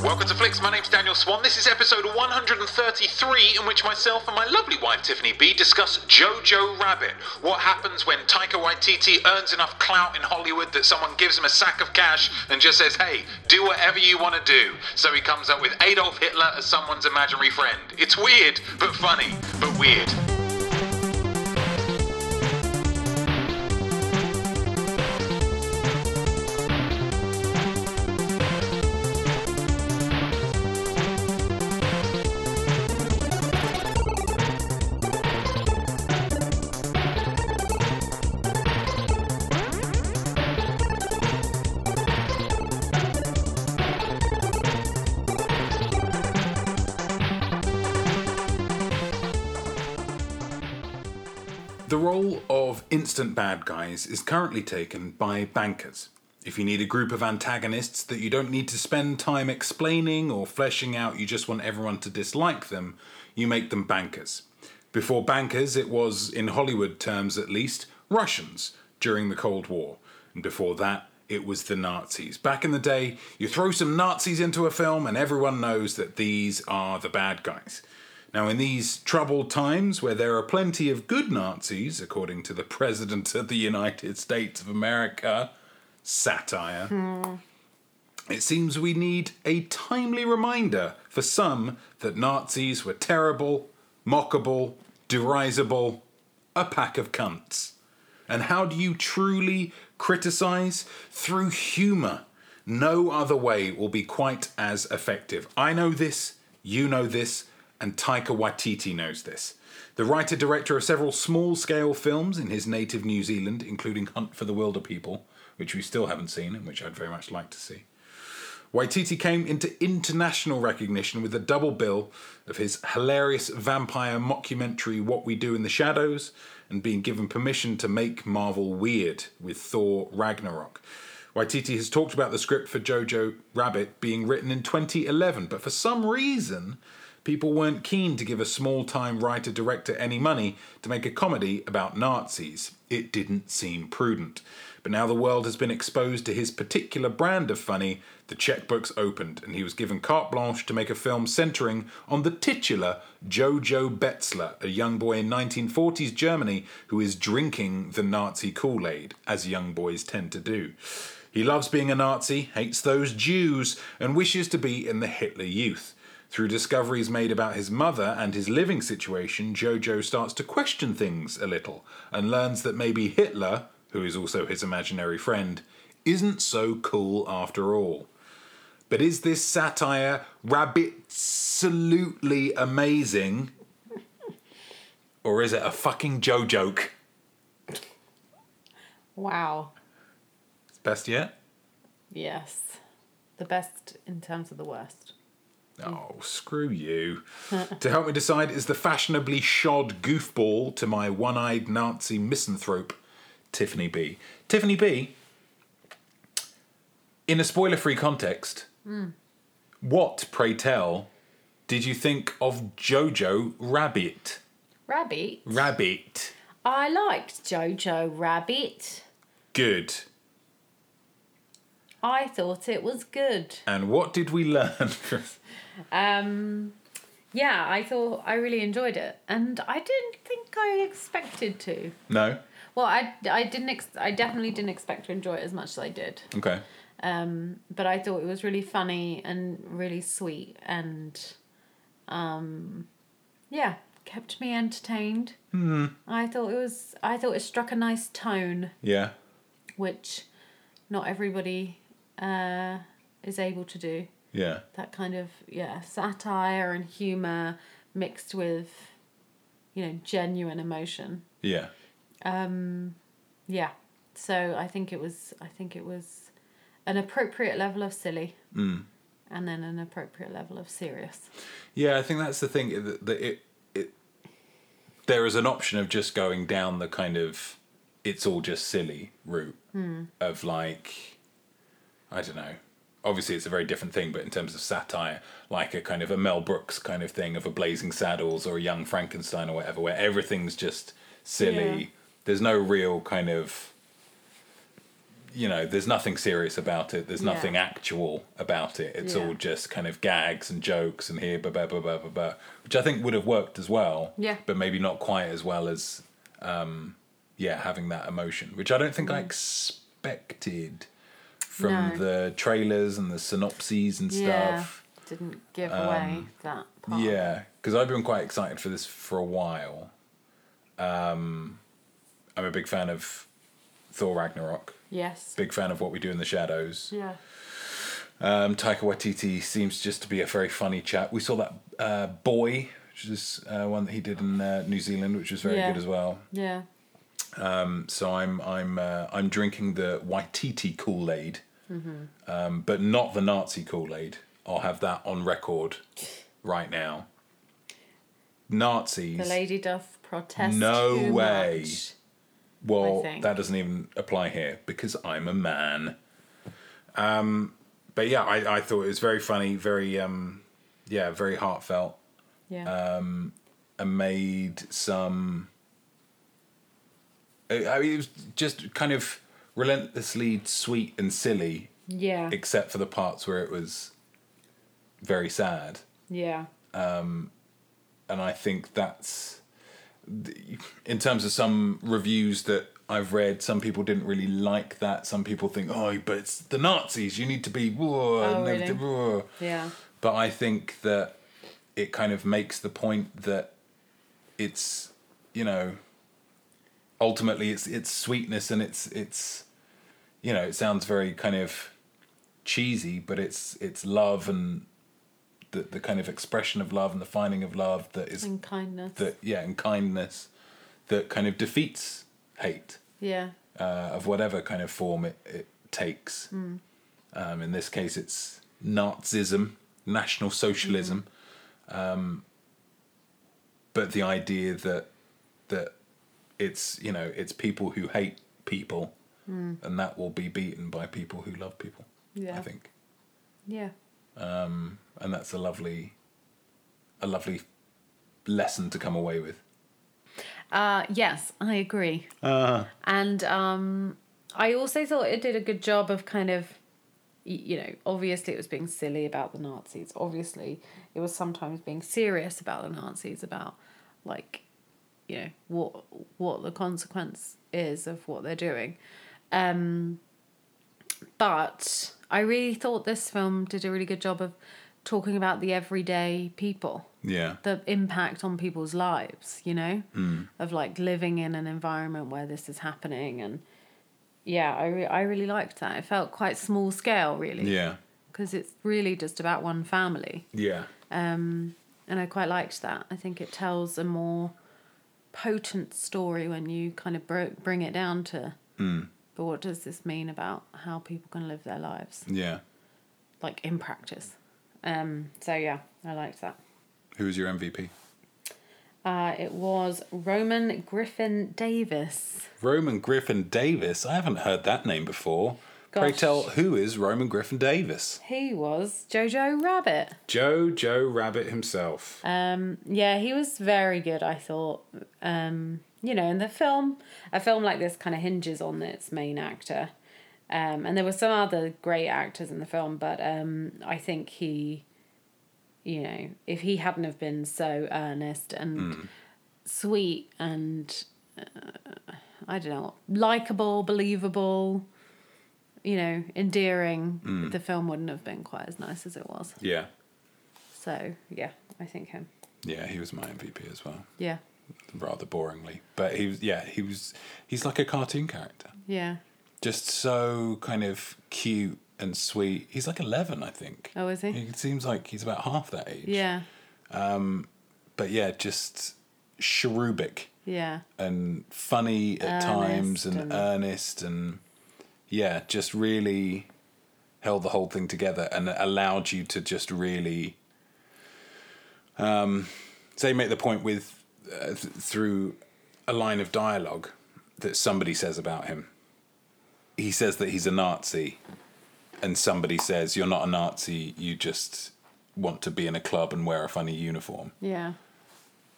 Welcome to Flicks. My name's Daniel Swan. This is episode 133, in which myself and my lovely wife Tiffany B discuss Jojo Rabbit. What happens when Taika Waititi earns enough clout in Hollywood that someone gives him a sack of cash and just says, "Hey, do whatever you want to do." So he comes up with Adolf Hitler as someone's imaginary friend. It's weird, but funny, but weird. The role of instant bad guys is currently taken by bankers. If you need a group of antagonists that you don't need to spend time explaining or fleshing out, you just want everyone to dislike them, you make them bankers. Before bankers, it was, in Hollywood terms at least, Russians during the Cold War. And before that, it was the Nazis. Back in the day, you throw some Nazis into a film, and everyone knows that these are the bad guys. Now, in these troubled times where there are plenty of good Nazis, according to the President of the United States of America, satire, it seems we need a timely reminder for some that Nazis were terrible, mockable, derisible, a pack of cunts. And how do you truly criticize? Through humor. No other way will be quite as effective. I know this, you know this, and Taika Waititi knows this. The writer director of several small scale films in his native New Zealand, including Hunt for the Wilder People, which we still haven't seen and which I'd very much like to see. Waititi came into international recognition with a double bill of his hilarious vampire mockumentary What We Do in the Shadows and being given permission to make Marvel weird with Thor Ragnarok. Waititi has talked about the script for Jojo Rabbit being written in 2011, but for some reason, people weren't keen to give a small time writer director any money to make a comedy about Nazis. It didn't seem prudent. But now the world has been exposed to his particular brand of funny, the checkbooks opened, and he was given carte blanche to make a film centering on the titular Jojo Betzler, a young boy in 1940s Germany who is drinking the Nazi Kool Aid, as young boys tend to do. He loves being a Nazi, hates those Jews, and wishes to be in the Hitler Youth. Through discoveries made about his mother and his living situation, Jojo starts to question things a little and learns that maybe Hitler, who is also his imaginary friend, isn't so cool after all. But is this satire absolutely amazing? Or is it a fucking Joe joke? Wow. It's best yet? Yes. The best in terms of the worst. Oh, screw you. to help me decide is the fashionably shod goofball to my one eyed Nazi misanthrope, Tiffany B. Tiffany B, in a spoiler free context, what, pray tell, did you think of Jojo Rabbit? Rabbit. Rabbit. I liked Jojo Rabbit. Good. I thought it was good. And what did we learn? from- Um, yeah, I thought I really enjoyed it, and I didn't think I expected to. no? Well, I, I didn't ex- I definitely didn't expect to enjoy it as much as I did. Okay. Um, but I thought it was really funny and really sweet, and um, yeah, kept me entertained. Mm. I thought it was. I thought it struck a nice tone, Yeah. which not everybody uh, is able to do. Yeah. That kind of yeah satire and humor mixed with you know genuine emotion. Yeah. Yeah. So I think it was I think it was an appropriate level of silly. Mm. And then an appropriate level of serious. Yeah, I think that's the thing that, that it, it there is an option of just going down the kind of it's all just silly route Hmm. of like I don't know. Obviously, it's a very different thing, but in terms of satire, like a kind of a Mel Brooks kind of thing of a Blazing Saddles or a Young Frankenstein or whatever, where everything's just silly. Yeah. There's no real kind of you know, there's nothing serious about it. There's Yeah. nothing actual about it. It's Yeah. all just kind of gags and jokes and here, ba ba ba ba ba ba, which I think would have worked as well. Yeah. But maybe not quite as well as, um, yeah, having that emotion, which I don't think I expected from Mm. No. the trailers and the synopses and Yeah. stuff. Um, Didn't give away that part. Yeah, because I've been quite excited for this for a while. Um, I'm a big fan of Thor Ragnarok. Yes. Big fan of what we do in the shadows. Yeah. Um, Taika Waititi seems just to be a very funny chap. We saw that uh, boy, which is uh, one that he did in uh, New Zealand, which was very Yeah. good as well. Yeah. So I'm I'm uh, I'm drinking the Waititi Kool Aid, Mm-hmm. um, but not the Nazi Kool Aid. I'll have that on record right now. Nazis. The lady doth protest. No too way. much. Well, I think. that doesn't even apply here because I'm a man. Um, but yeah, I, I thought it was very funny, very um, yeah, very heartfelt, Yeah. Uh, and made some. I I mean, it was just kind of relentlessly sweet and silly, yeah. except for the parts where it was very sad. yeah. and I think that's in terms of some reviews that I've read. Some people didn't really like that. Some people think, oh, but it's the Nazis. You need to be whoa, Oh, and everything, really? whoa." Yeah. But I think that it kind of makes the point that it's you know ultimately it's it's sweetness and it's it's you know it sounds very kind of cheesy but it's it's love and the the kind of expression of love and the finding of love that is And kindness. that yeah and kindness that kind of defeats hate yeah. uh, of whatever kind of form it, it takes um, in this case it's nazism national socialism um, but the idea that that it's you know it's people who hate people and that will be beaten by people who love people i Yeah. think Yeah. and that's a lovely a lovely lesson to come away with Uh, yes, I agree. And um, I also thought it did a good job of kind of, y- you know, obviously it was being silly about the Nazis. Obviously, it was sometimes being serious about the Nazis, about like, you know, what what the consequence is of what they're doing. Um, but I really thought this film did a really good job of talking about the everyday people yeah the impact on people's lives, you know, of like living in an environment where this is happening. And yeah, I, re- I really liked that. It felt quite small scale, really, yeah because it's really just about one family. yeah And I quite liked that. I think it tells a more potent story when you kind of bro- bring it down to, but what does this mean about how people can live their lives, yeah like in practice? Um, so yeah, I liked that. Who was your MVP? Uh, it was Roman Griffin Davis. Roman Griffin Davis. I haven't heard that name before. Pray Gosh. tell, who is Roman Griffin Davis? He was Jojo Rabbit. Joe Joe Rabbit himself. Um, yeah, he was very good, I thought. Um, you know, in the film, a film like this kind of hinges on its main actor. Um, and there were some other great actors in the film, but um, I think he, you know, if he hadn't have been so earnest and sweet and uh, I don't know, likable, believable, you know, endearing, the film wouldn't have been quite as nice as it was. yeah. So yeah, I think him. Yeah, he was my MVP as well. Yeah, Rather boringly. But he was yeah, he was he's like a cartoon character. yeah. Just so kind of cute and sweet. He's like eleven, I think. Oh, is he? He seems like he's about half that age. Yeah, But yeah, just cherubic. yeah, and funny at times Earnest and, and- earnest and yeah, just really held the whole thing together and allowed you to just really um say make the point with uh, th- through a line of dialogue that somebody says about him. He says that he's a Nazi and somebody says you're not a Nazi, you just want to be in a club and wear a funny uniform yeah,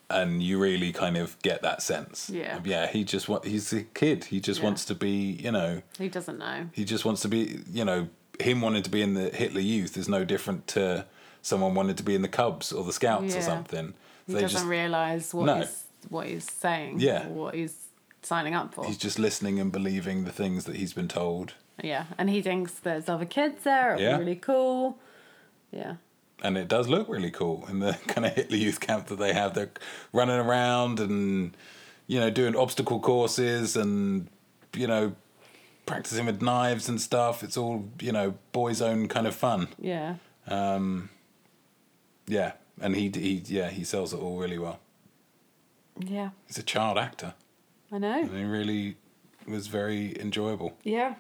and you really kind of get that sense. Yeah. Yeah, he just wa- he's a kid. He just Yeah. wants to be, you know, He doesn't know. he just wants to be, you know, him wanting to be in the Hitler Youth is no different to someone wanting to be in the Cubs or the Scouts Yeah. or something. He they doesn't just realize what No. he's what he's saying. Yeah. Or what he's signing up for. he's just listening and believing the things that he's been told, Yeah, and he thinks there's other kids there. It'll Yeah. be really cool. Yeah. and it does look really cool in the kind of Hitler Youth camp that they have. They're running around and you know doing obstacle courses and you know practicing with knives and stuff. It's all you know boys' own kind of fun. Yeah. Yeah, and he he yeah he sells it all really well. Yeah. He's a child actor. I know. and it really was very enjoyable. Yeah.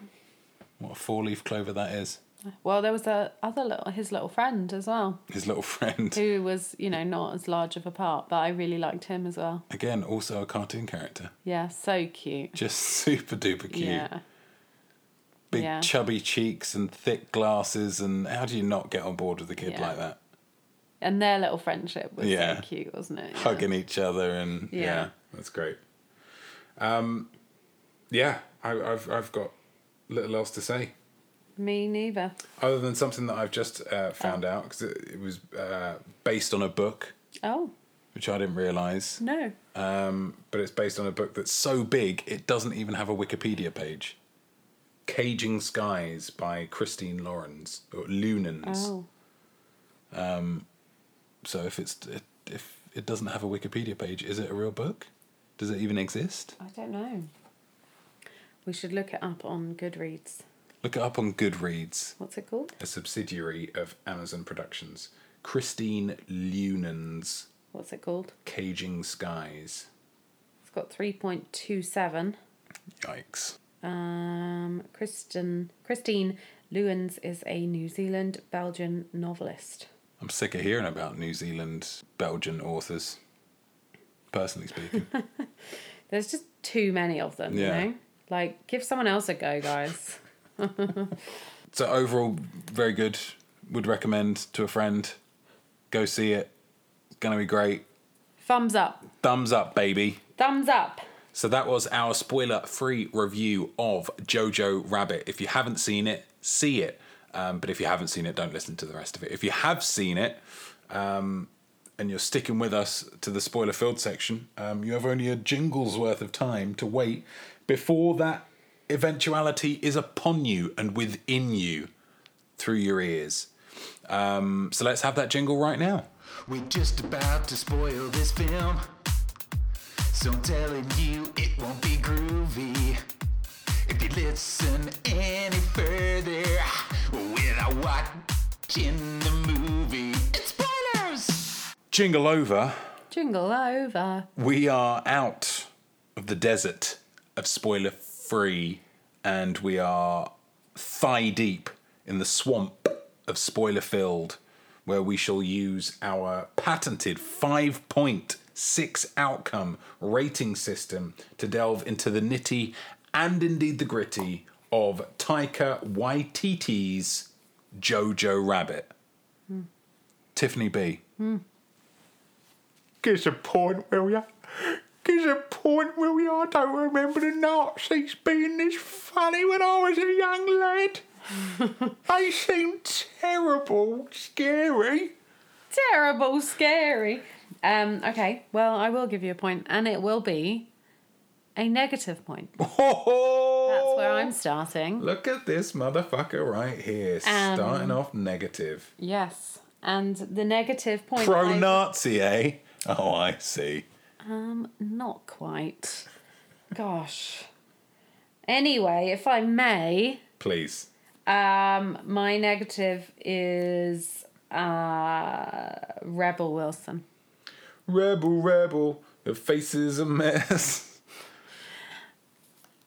What a four leaf clover that is. Well, there was a other little his little friend as well, His little friend. who was you know not as large of a part, but I really liked him as well. Again, also a cartoon character. Yeah, so cute. Just super duper cute. Yeah. Big yeah. chubby cheeks and thick glasses. And how do you not get on board with a kid Yeah. like that? And their little friendship was Yeah. so cute, wasn't it? Yeah. Hugging each other and yeah, Yeah. that's great. Um, yeah, I, I've I've got little else to say. Me neither. Other than something that I've just uh, found out 'cause out, because it, it was uh, based on a book, Oh which I didn't realise. no. um, but it's based on a book that's so big it doesn't even have a Wikipedia page. Caging Skies by Christine Lawrence or Lunans. Oh So if it's if it doesn't have a Wikipedia page, is it a real book? Does it even exist? I don't know. We should look it up on Goodreads. Look it up on Goodreads, What's it called? a subsidiary of Amazon Productions. Christine Lunans What's it called? Caging Skies. It's got three point two seven. Yikes. Um, Kristen Christine Lewins is a New Zealand Belgian novelist. I'm sick of hearing about New Zealand Belgian authors. Personally speaking. There's just too many of them, Yeah. you know. Like, give someone else a go, guys. So overall, very good. Would recommend to a friend. Go see it. It's gonna be great. Thumbs up, Thumbs up, baby. thumbs up. So that was our spoiler-free review of Jojo Rabbit. If you haven't seen it, see it. Um, but if you haven't seen it, don't listen to the rest of it. If you have seen it, um, and you're sticking with us to the spoiler-filled section, um, you have only a jingle's worth of time to wait before that eventuality is upon you and within you through your ears. Um, so let's have that jingle right now. We're just about to spoil this film. So I'm telling you, it won't be groovy. If you listen any further without watching the movie, it's spoilers! Jingle over. Jingle over. We are out of the desert of spoiler free, and we are thigh deep in the swamp of spoiler filled, where we shall use our patented five point six outcome rating system to delve into the nitty and indeed the gritty of Taika Waititi's Jojo Rabbit. Tiffany B. Give us a point, will ya? Give us a point, will ya? I don't remember the Nazis being this funny when I was a young lad. they seemed terrible, scary. Terrible, scary. Um, okay, well, I will give you a point, and it will be a negative point. That's where Oh. I'm starting. Look at this motherfucker right here, Um, starting off negative. Yes, and the negative point. Pro I- Nazi, eh? Oh, I see. Um, not quite. Gosh. Anyway, if I may, Please. um, my negative is uh, Rebel Wilson. Rebel, rebel, your face is a mess.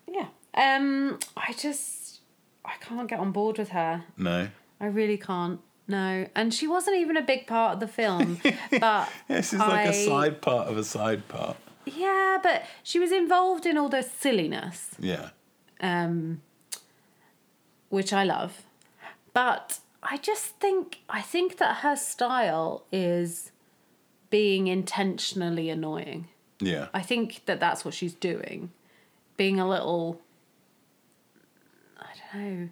Yeah. Um, I just I can't get on board with her. No. I really can't. No, and she wasn't even a big part of the film, but This is like a I- side part of a side part. yeah, but she was involved in all the silliness. Yeah. um, which I love. But I just think I think that her style is being intentionally annoying. Yeah. I think that that's what she's doing, being a little. I don't know.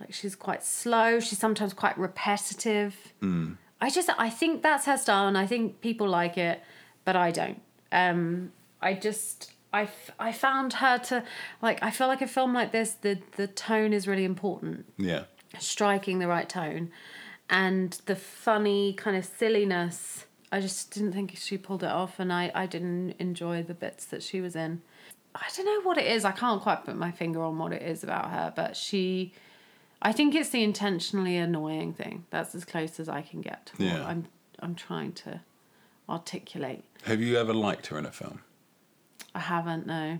Like she's quite slow. She's sometimes quite repetitive. I just I think that's her style, and I think people like it, but I don't. Um, I just I, f- I found her to like I feel like a film like this the the tone is really important yeah. striking the right tone and the funny kind of silliness i just didn't think she pulled it off and i, I didn't enjoy the bits that she was in i don't know what it is i can't quite put my finger on what it is about her but she i think it's the intentionally annoying thing that's as close as i can get to Yeah. what i'm i'm trying to articulate Have you ever liked her in a film? I haven't, no.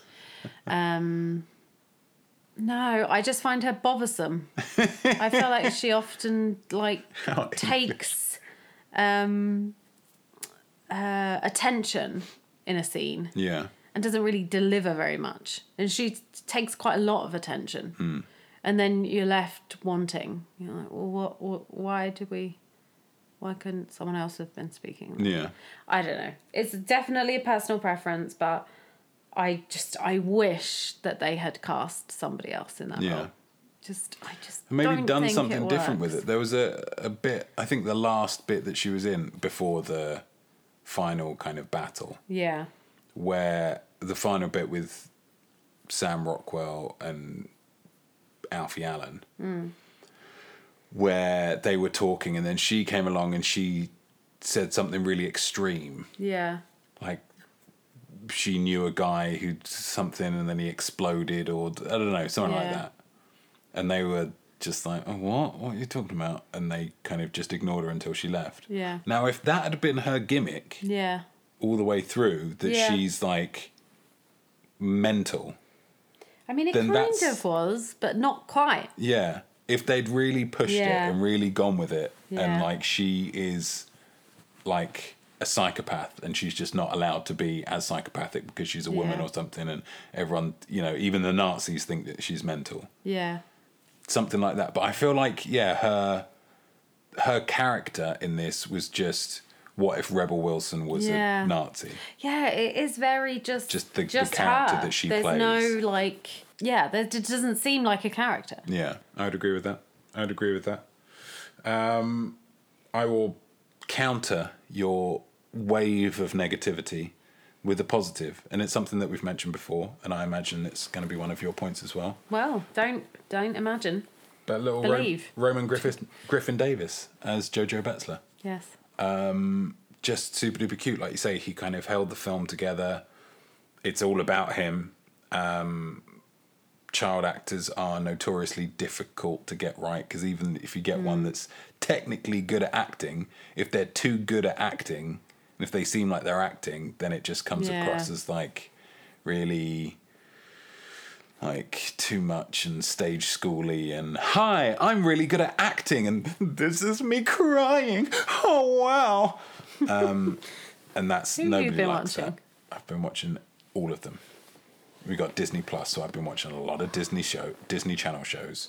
um, no, I just find her bothersome. I feel like she often like How takes um, uh, attention in a scene Yeah. and doesn't really deliver very much. And she t- takes quite a lot of attention. And then you're left wanting. You're like, well, what, what, why did we, why couldn't someone else have been speaking? Yeah. I don't know. It's definitely a personal preference, but I just I wish that they had cast somebody else in that Yeah. role. Just I just And maybe don't done think something it different with works. it. There was a, a bit, I think the last bit that she was in before the final kind of battle, Yeah, where the final bit with Sam Rockwell and Alfie Allen, Hmm. where they were talking and then she came along and she said something really extreme. yeah, like she knew a guy who something and then he exploded or I don't know something like Yeah. that and they were just like oh what what are you talking about and they kind of just ignored her until she left Yeah. now if that had been her gimmick yeah, all the way through that Yeah. she's like mental I mean, it Then kind that's- of was, but not quite. yeah if they'd really pushed Yeah. it and really gone with it and Yeah. like she is like a psychopath and she's just not allowed to be as psychopathic because she's a woman Yeah. or something and everyone you know even the nazis think that she's mental Yeah, something like that but i feel like yeah her her character in this was just what if rebel wilson was Yeah. a nazi yeah, it is very just Just the- the just character her. that she There's plays. no like yeah, there it doesn't seem like a character. Yeah, I would agree with that. I would agree with that. Um, I will counter your wave of negativity with a positive, and it's something that we've mentioned before, and I imagine it's going to be one of your points as well. Well, don't don't imagine. But little Ro- Believe. Roman Griffith, Griffin Davis as Jojo Betzler, Yes, just super duper cute, like you say. He kind of held the film together. It's all about him. Um, child actors are notoriously difficult to get right because even if you get one that's technically good at acting, if they're too good at acting, and if they seem like they're acting, then it just comes Yeah. across as like really like too much and stage schooly and hi i'm really good at acting and this is me crying oh wow Um, and that's Who have you nobody been likes watching? that. I've been watching all of them. We got Disney Plus, so I've been watching a lot of Disney show, Disney Channel shows.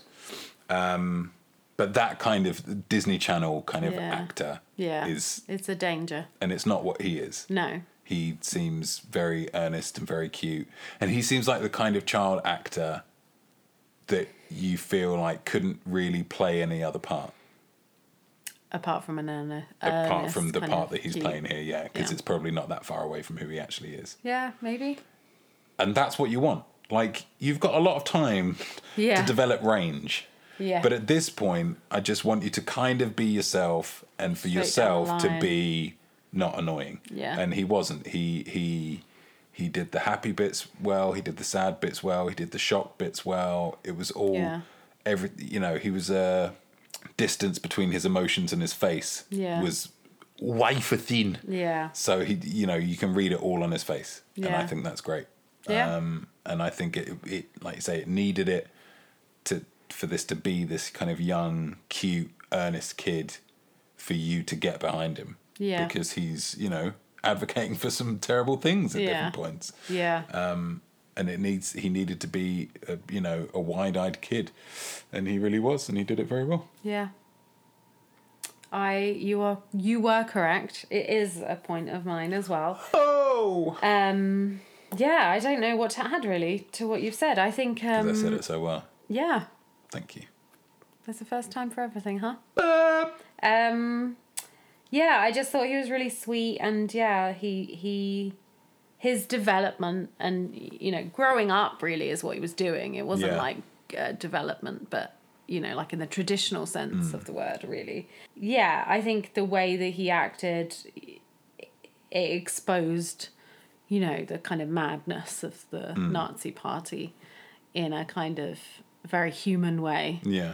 Um, but that kind of Disney Channel kind of Yeah. actor yeah, is, it's a danger. and it's not what he is. No, He seems very earnest and very cute, and he seems like the kind of child actor that you feel like couldn't really play any other part. apart from an earner. apart earnest from the Uh, kind part of that he's cute- playing here, yeah, because Yeah. it's probably not that far away from who he actually is. Yeah, maybe. and that's what you want. Like you've got a lot of time Yeah. to develop range. Yeah. But at this point, I just want you to kind of be yourself and for down the yourself to line. be not annoying. Yeah. And he wasn't. He he he did the happy bits well, he did the sad bits well, he did the shock bits well. It was all Yeah. every you know, he was a distance between his emotions and his face Yeah. was wafer thin. yeah. So he, you know, you can read it all on his face, and I Yeah. think that's great. Yeah. Um, and I think it, it, like you say, it needed it to for this to be this kind of young, cute, earnest kid for you to get behind him. Yeah. Because he's, you know, advocating for some terrible things at Yeah. different points, Yeah. uh, and it needs he needed to be, a, you know, a wide-eyed kid, and he really was, and he did it very well. yeah. I you are you were correct. It is a point of mine as well. Oh! Um, yeah, I don't know what to add really to what you've said. I think um, I said it so well. yeah, Thank you. that's the first time for everything, huh? Um, yeah, I just thought he was really sweet, and yeah, he he his development and you know growing up really is what he was doing. It wasn't Yeah. like uh, development, but you know, like in the traditional sense of the word, really. Yeah, I think the way that he acted, it exposed, you know, the kind of madness of the Nazi Party in a kind of very human way. Yeah.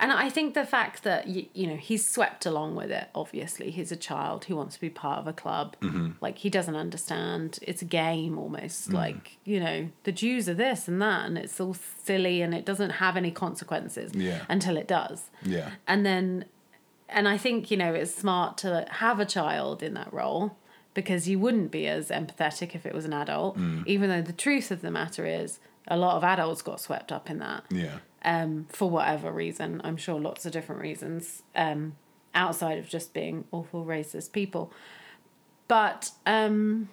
And I think the fact that you, you know he's swept along with it. Obviously, he's a child who wants to be part of a club. Like he doesn't understand. It's a game almost. Like you know the Jews are this and that, and it's all silly and it doesn't have any consequences Yeah. until it does. Yeah. And then, and I think you know it's smart to have a child in that role because you wouldn't be as empathetic if it was an adult. Even though the truth of the matter is, a lot of adults got swept up in that Yeah. um, for whatever reason. I'm sure lots of different reasons um, outside of just being awful racist people. But um,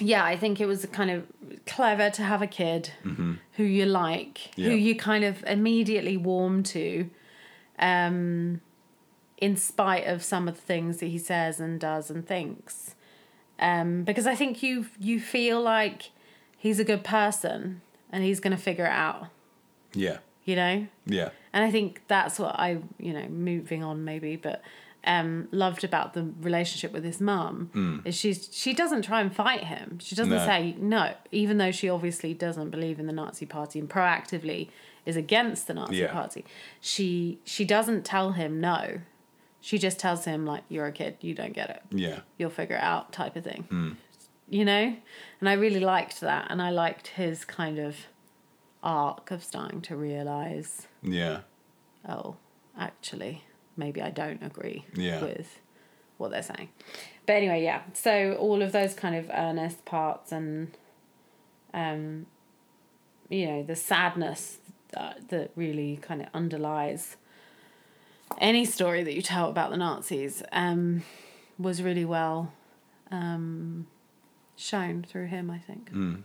yeah, I think it was kind of clever to have a kid who you like, Yeah. who you kind of immediately warm to, um, in spite of some of the things that he says and does and thinks. Um, because I think you you feel like he's a good person and he's going to figure it out, Yeah. you know. Yeah. And I think that's what I, you know, moving on maybe, but um, loved about the relationship with his mum is she's she doesn't try and fight him. She doesn't Hmm. No. say no, even though she obviously doesn't believe in the Nazi Party and proactively is against the Nazi Yeah. Party. She she doesn't tell him no. She just tells him like you're a kid, you don't get it Yeah. you'll figure it out type of thing. Hmm. You know? And I really liked that. And I liked his kind of arc of starting to realize, Yeah. oh, actually, maybe I don't agree Yeah. with what they're saying. But anyway, yeah. So all of those kind of earnest parts and, um, you know, the sadness that, that really kind of underlies any story that you tell about the Nazis um, was really well um, shown through him, I think. Mm.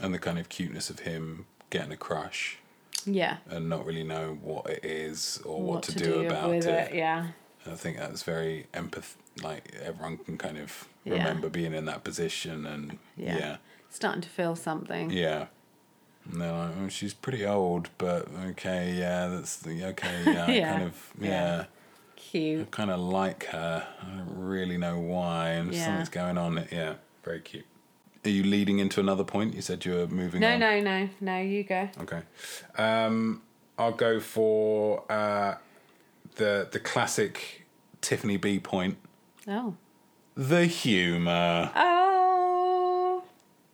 And the kind of cuteness of him getting a crush Yeah. and not really knowing what it is or what, to, do, about with it. it. Yeah. And I think that's very empath. Like everyone can kind of Yeah. remember being in that position and Yeah. yeah. Starting to feel something. Yeah. And they're like, oh, she's pretty old, but okay, yeah, that's the okay, yeah, I Yeah. kind of, yeah, Yeah. Cute. I kind of like her. I don't really know why, and Yeah. something's going on. Yeah, very cute. Are you leading into another point? You said you were moving No, on. no, no, no. You go. Okay. Um, I'll go for uh, the the classic Tiffany B point. Oh. The humor. Oh.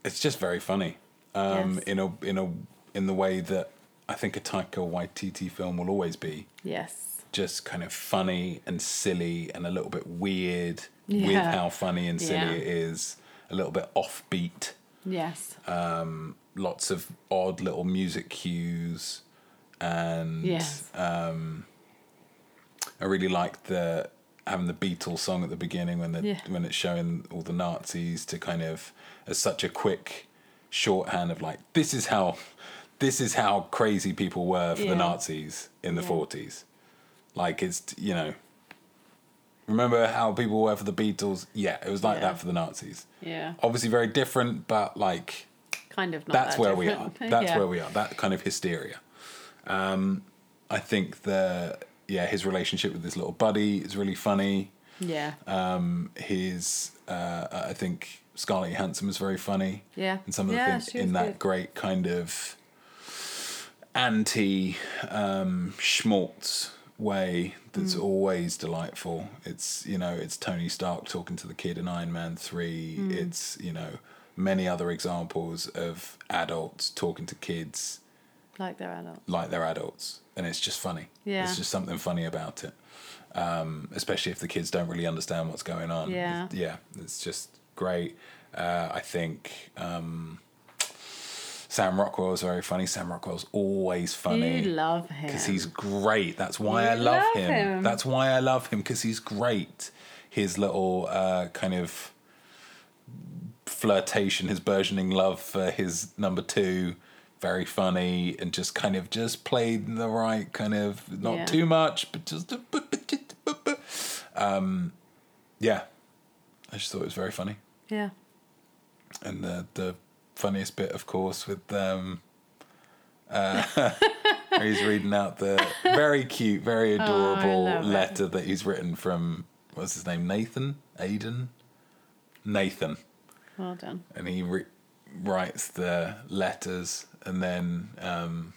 it's just very funny um, Yes. in a in a in the way that I think a Taika Waititi film will always be Yes. just kind of funny and silly and a little bit weird with Yeah. how funny and silly Yeah. it is a little bit offbeat Yes. lots of odd little music cues and yes. uh, I really liked the having the Beatles song at the beginning when the Yeah. when it's showing all the Nazis to kind of as such a quick shorthand of like this is how this is how crazy people were for Yeah. the Nazis in the Yeah. forties. Like it's you know remember how people were for the Beatles? Yeah, it was like Yeah. that for the Nazis. yeah. Obviously very different, but like Kind of not. oh, that's that where different. we are. That's Yeah. where we are. That kind of hysteria. Um, I think the yeah his relationship with his little buddy is really funny. Yeah. Uh, His uh, I think Scarlett Johansson is very funny. Yeah. and some of the Yeah, things she was in that good. great kind of anti um, schmaltz way that's Mm. always delightful. It's you know it's Tony Stark talking to the kid in Iron Man three. Mm. It's you know many other examples of adults talking to kids like they're adult. like they're adults, and it's just funny. Yeah. There's just something funny about it, um, especially if the kids don't really understand what's going on. Yeah. It's, yeah, it's just great. Uh, I think um, Sam Rockwell is very funny. Sam Rockwell's always funny. You love him. because he's great. That's why I You love, love him. him. That's why I love him because he's great. His little uh, kind of flirtation, his burgeoning love for his number two, very funny and just kind of just played the right kind of not Yeah. too much, but just a bu- bu- ju- bu- bu- um, yeah. I just thought it was very funny, Yeah. and the the funniest bit, of course, with um. where he's reading out the very cute, very adorable Oh, love it. letter that he's written from what's his name, Nathan, Aiden, Nathan, Well done. and he re- writes the letters, and then um,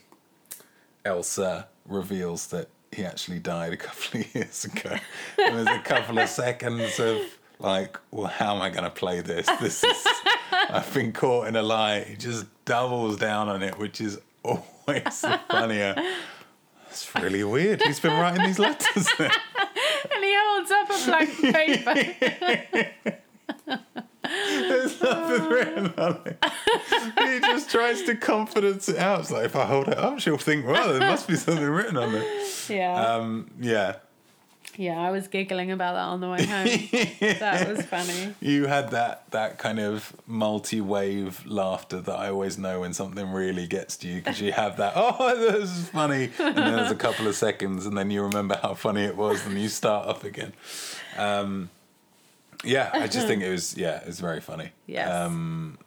Elsa reveals that he actually died a couple of years ago. and there's a couple of seconds of like, well, how am I going to play this? This is. I've been caught in a lie. He just doubles down on it, which is always the funnier. It's really weird. He's been writing these letters. And he holds up a blank paper. There's nothing written on it. He just tries to confidence it out. It's like, if I hold it up, she'll think, well, there must be something written on it. yeah. Um, yeah. yeah, I was giggling about that on the way home. that was funny. You had that that kind of multi-wave laughter that I always know when something really gets to you because you have that oh this is funny and then there's a couple of seconds and then you remember how funny it was and you start up again. Um, yeah, I just think it was yeah it was very funny. Uh, Yes. Um,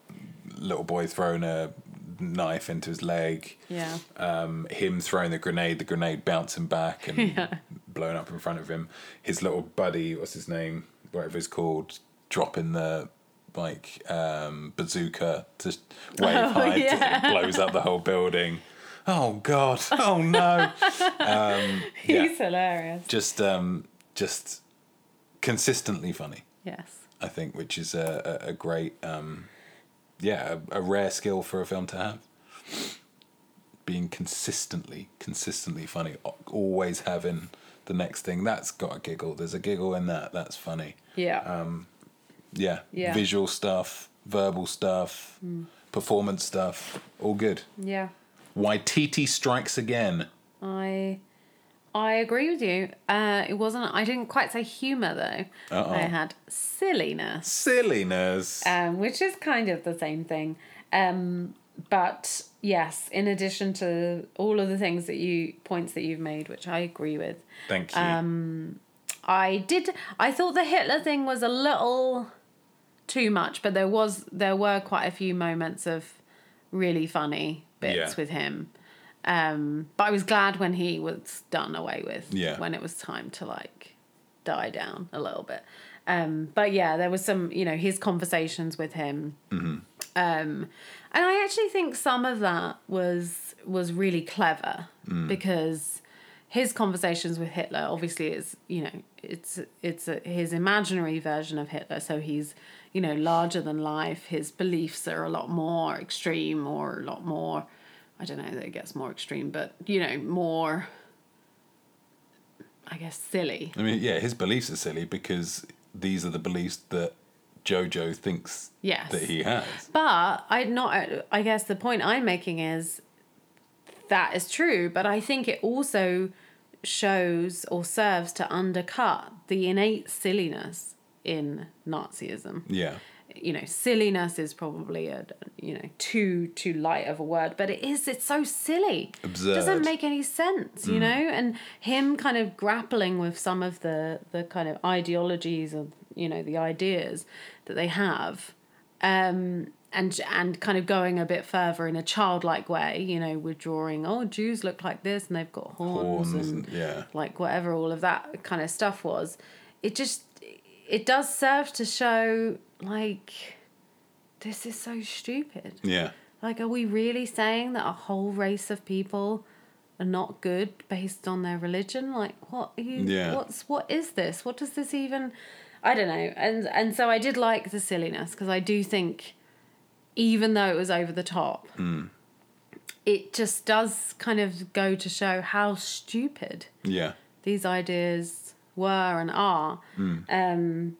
little boy throwing a knife into his leg. yeah. um, him throwing the grenade, the grenade bouncing back and blowing up in front of him. His little buddy, what's his name, whatever it's called, dropping the like um, bazooka to wave high, yeah. to, it blows up the whole building. Oh god! Oh no! Yeah. He's hilarious. just, um, just consistently funny, Yes. I think, which is a, a, a great, um, yeah, a, a rare skill for a film to have. Being consistently, consistently funny, al- always having the next thing. That's got a giggle. There's a giggle in that. That's funny. Yeah. Um, Yeah. Yeah. Hmm. Visual stuff, verbal stuff, performance stuff, all good. yeah. Waititi strikes again. I I agree with you. Uh, it wasn't. I didn't quite say humor though. Uh-oh. I had silliness, Silliness. um, which is kind of the same thing. Um, but yes, in addition to all of the things that you points that you've made, which I agree with, Thank you. um, I did. I thought the Hitler thing was a little too much, but there was there were quite a few moments of really funny bits Yeah. with him. Um, but I was glad when he was done away with. Yeah. When it was time to like die down a little bit. Um, but yeah, there was some you know his conversations with him. Mm-hmm. Um, and I actually think some of that was was really clever Mm. because his conversations with Hitler obviously is you know it's it's a, his imaginary version of Hitler, so he's you know larger than life. His beliefs are a lot more extreme or a lot more. I don't know that it gets more extreme, but you know more. I guess silly. I mean, yeah, his beliefs are silly because these are the beliefs that JoJo thinks Yes. that he has. But I not. I guess the point I'm making is that is true, but I think it also shows or serves to undercut the innate silliness in Nazism. Yeah. You know, silliness is probably a you know too too light of a word, but it is. It's so silly. Absurd. Doesn't make any sense, you know. And him kind of grappling with some of the the kind of ideologies of you know the ideas that they have um, and and kind of going a bit further in a childlike way. You know, we're drawing. Oh, Jews look like this, and they've got horns, Horns and and- yeah. like whatever all of that kind of stuff was. It just it does serve to show like this is so stupid. Yeah. Like, are we really saying that a whole race of people are not good based on their religion? Like, what are you? Yeah. What's what is this? What does this even? I don't know. And and so I did like the silliness because I do think, even though it was over the top, it just does kind of go to show how stupid Yeah. these ideas were and are, um,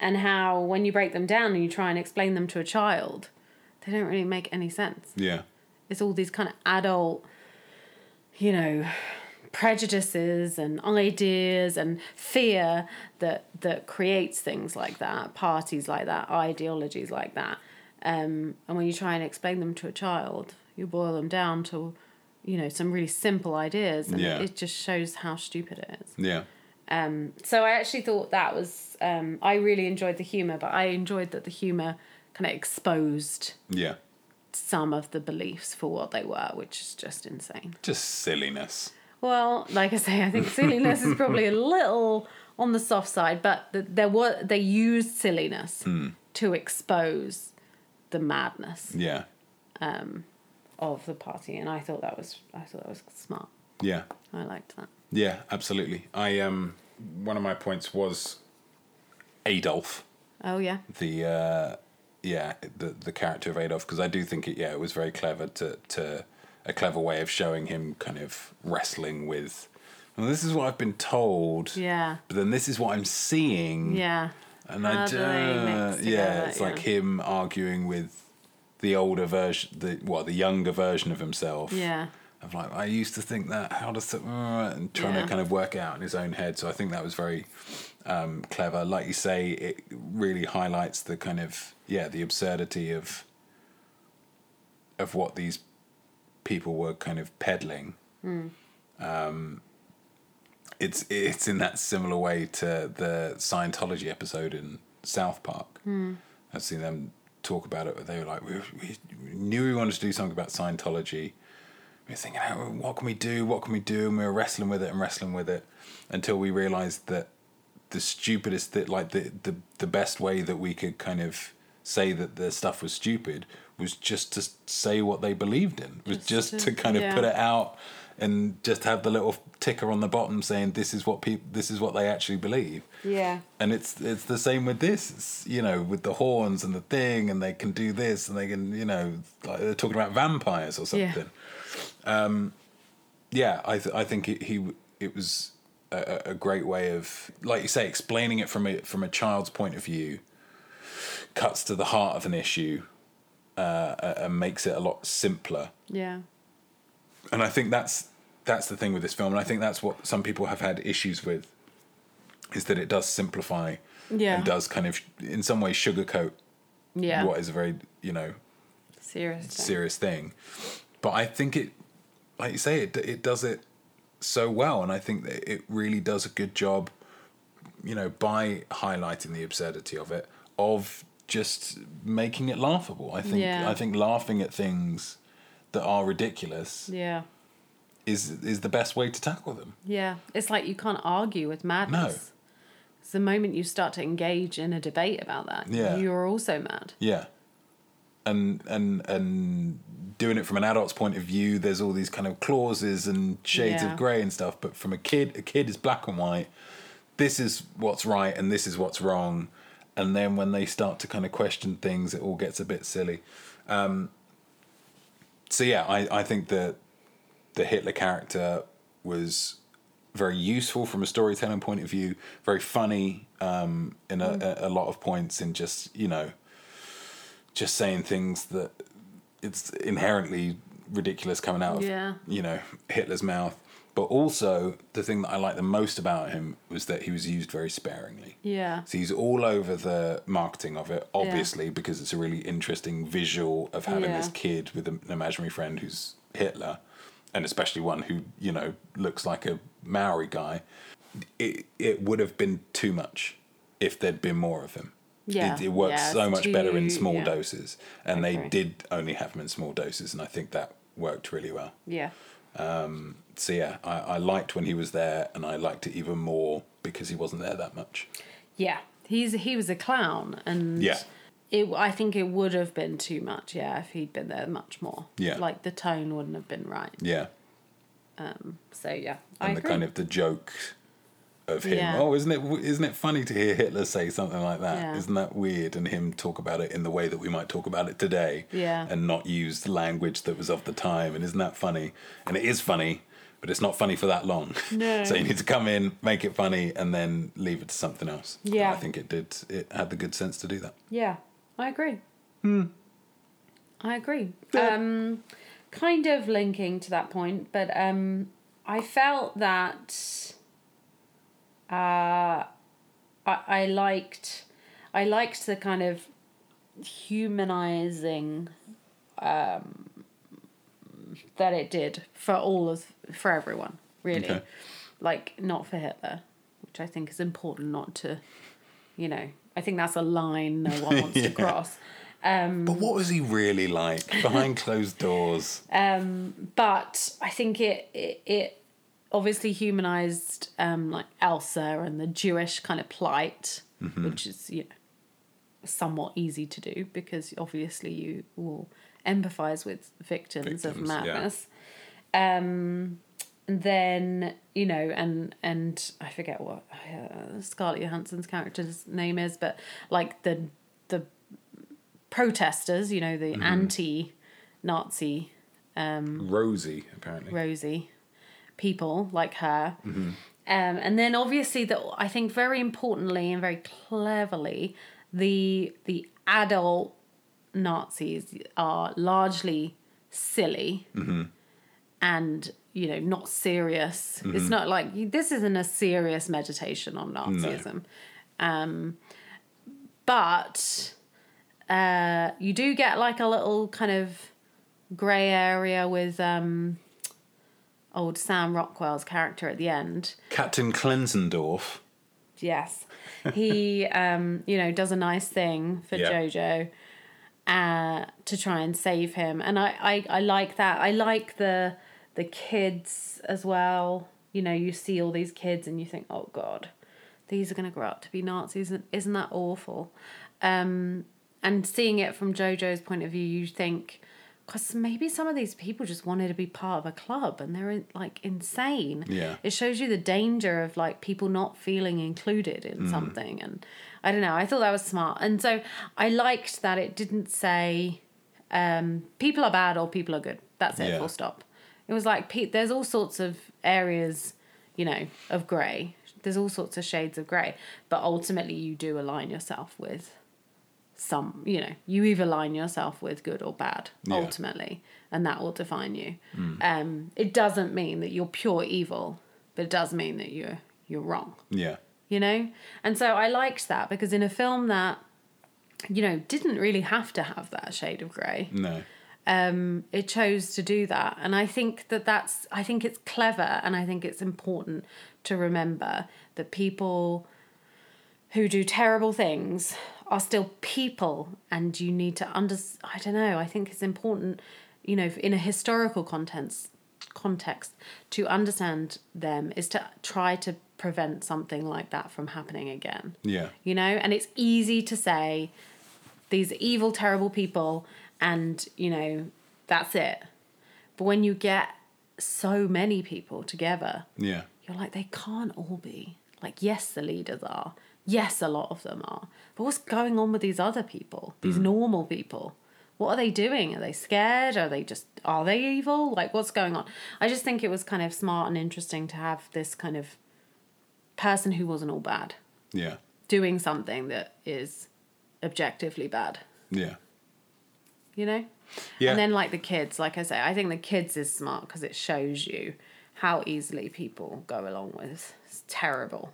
and how when you break them down and you try and explain them to a child, they don't really make any sense. Yeah. It's all these kind of adult, you know, prejudices and ideas and fear that that creates things like that, parties like that, ideologies like that. Um, and when you try and explain them to a child, you boil them down to, you know, some really simple ideas, and Yeah. it just shows how stupid it is. Yeah. So I actually thought that was um, I really enjoyed the humor, but I enjoyed that the humor kind of exposed Yeah. some of the beliefs for what they were, which is just insane. Just silliness. Well, like I say, I think silliness is probably a little on the soft side, but th- there were they used silliness Hmm. to expose the madness Yeah. of the party, and I thought that was I thought that was smart. Yeah. I liked that. Yeah, absolutely. I um one of my points was Adolf. Oh yeah, the uh, yeah the the character of Adolf because I do think it yeah it was very clever to to a clever way of showing him kind of wrestling with well this is what I've been told yeah, but then this is what I'm seeing yeah, and How I do do they mix yeah together, it's yeah. like him arguing with the older version the well the younger version of himself yeah. of like I used to think that how does it uh, and trying Yeah. to kind of work it out in his own head. So I think that was very um, clever. Like you say, it really highlights the kind of yeah the absurdity of of what these people were kind of peddling. Um, it's it's in that similar way to the Scientology episode in South Park. I've seen them talk about it. but They were like, we, we knew we wanted to do something about Scientology. We were thinking, "Oh, what can we do? What can we do? And we were wrestling with it and wrestling with it until we realized that the stupidest that like the, the the best way that we could kind of say that their stuff was stupid was just to say what they believed in was just, Just to, to- kind of yeah. put it out and just have the little ticker on the bottom saying this is what people this is what they actually believe Yeah. and it's it's the same with this it's, you know with the horns and the thing and they can do this and they can you know like they're talking about vampires or something Yeah. um yeah i th- i think it, he it was a, a- a great way of like you say explaining it from a from a child's point of view cuts to the heart of an issue uh, a- and makes it a lot simpler Yeah. and I think that's that's the thing with this film, and I think that's what some people have had issues with, is that it does simplify Yeah. and does kind of in some way sugarcoat Yeah. what is a very you know Seriously. serious thing, but I think it, like you say, it it does it so well, and I think that it really does a good job, you know, by highlighting the absurdity of it, of just making it laughable. I think Yeah. I think laughing at things that are ridiculous Yeah. is is the best way to tackle them. Yeah. It's like you can't argue with madness. It's the moment you start to engage in a debate about that, Yeah. you're also mad. Yeah. And and and doing it from an adult's point of view, there's all these kind of clauses and shades Yeah. of grey and stuff. But from a kid, a kid is black and white. This is what's right and this is what's wrong. And then when they start to kind of question things, it all gets a bit silly. Um, so yeah, I, I think that the Hitler character was very useful from a storytelling point of view, very funny um, in a, Mm. a, a lot of points, and just you know, just saying things that it's inherently ridiculous coming out of Yeah. you know Hitler's mouth. But also, the thing that I liked the most about him was that he was used very sparingly. Yeah. So he's all over the marketing of it, obviously, because it's a really interesting visual of having Yeah. this kid with an imaginary friend who's Hitler, and especially one who you know looks like a Maori guy. It it would have been too much if there'd been more of him. Yeah. it, it works Yeah, so it's much better in too- small yeah. doses, and they agree. did only have him in small doses, and I think that worked really well Yeah. so yeah, I, I liked when he was there, and I liked it even more because he wasn't there that much. Yeah. He's he was a clown and Yeah. it I think it would have been too much, yeah, if he'd been there much more. Yeah. Like the tone wouldn't have been right. Yeah, So yeah. I and the agree. kind of the joke of him. Yeah. Oh, isn't it isn't it funny to hear Hitler say something like that? Yeah. not that weird? And him talk about it in the way that we might talk about it today. Yeah. and not use language that was of the time. And isn't that funny? And it is funny. But it's not funny for that long. No. so you need to come in, make it funny, and then leave it to something else. And Yeah. I think it did. It had the good sense to do that. Yeah. I agree. I agree. Um kind of linking to that point, but um, I felt that uh, I, I liked I liked the kind of humanizing um, that it did for all of for everyone really Okay. like not for Hitler which I think is important not to you know I think that's a line no one wants to cross But what was he really like behind closed doors? um, but I think it it, it obviously humanized um, like Elsa and the Jewish kind of plight, Mm-hmm. which is you know somewhat easy to do because obviously you will empathize with victims, of Victims, yeah. madness. Um, and then you know, and and I forget what uh, Scarlett Johansson's character's name is, but like the the protesters, you know, the Mm-hmm. anti-Nazi Rosie, apparently. Rosie people like her. Um, and then obviously that I think very importantly and very cleverly the the adult Nazis are largely silly and you know not serious. It's not like this isn't a serious meditation on Nazism. Um, but uh, you do get like a little kind of grey area with um, old Sam Rockwell's character at the end. Captain Klensendorf. Yes, he um, you know does a nice thing for Yeah. Jojo uh, to try and save him, and I, I I like that. I like the the kids as well. You know, you see all these kids and you think, oh god, these are gonna grow up to be Nazis. Isn't that awful? Um, and seeing it from Jojo's point of view, you think. Because maybe some of these people just wanted to be part of a club and they're like insane. Yeah. It shows you the danger of like people not feeling included Mm. in something and i don't know i thought that was smart and so i liked that it didn't say um, people are bad or people are good that's it Yeah. full stop it was like pe- there's all sorts of areas you know of grey there's all sorts of shades of grey but ultimately you do align yourself with some you know you either line yourself with good or bad Yeah. ultimately and that will define you um it doesn't mean that you're pure evil but it does mean that you're you're wrong Yeah. you know and so i liked that because in a film that you know didn't really have to have that shade of gray No. um, it chose to do that and i think that that's i think it's clever and i think it's important to remember that people who do terrible things are still people and you need to under i don't know i think it's important you know in a historical context context to understand them is to try to prevent something like that from happening again Yeah. you know and it's easy to say these are evil terrible people and you know that's it but when you get so many people together Yeah. you're like they can't all be like yes the leaders are yes a lot of them are but what's going on with these other people these normal people what are they doing are they scared are they just are they evil like what's going on i just think it was kind of smart and interesting to have this kind of person who wasn't all bad Yeah. doing something that is objectively bad, Yeah. you know? Yeah. And then, like the kids, like I say, I think the kids is smart because it shows you how easily people go along with terrible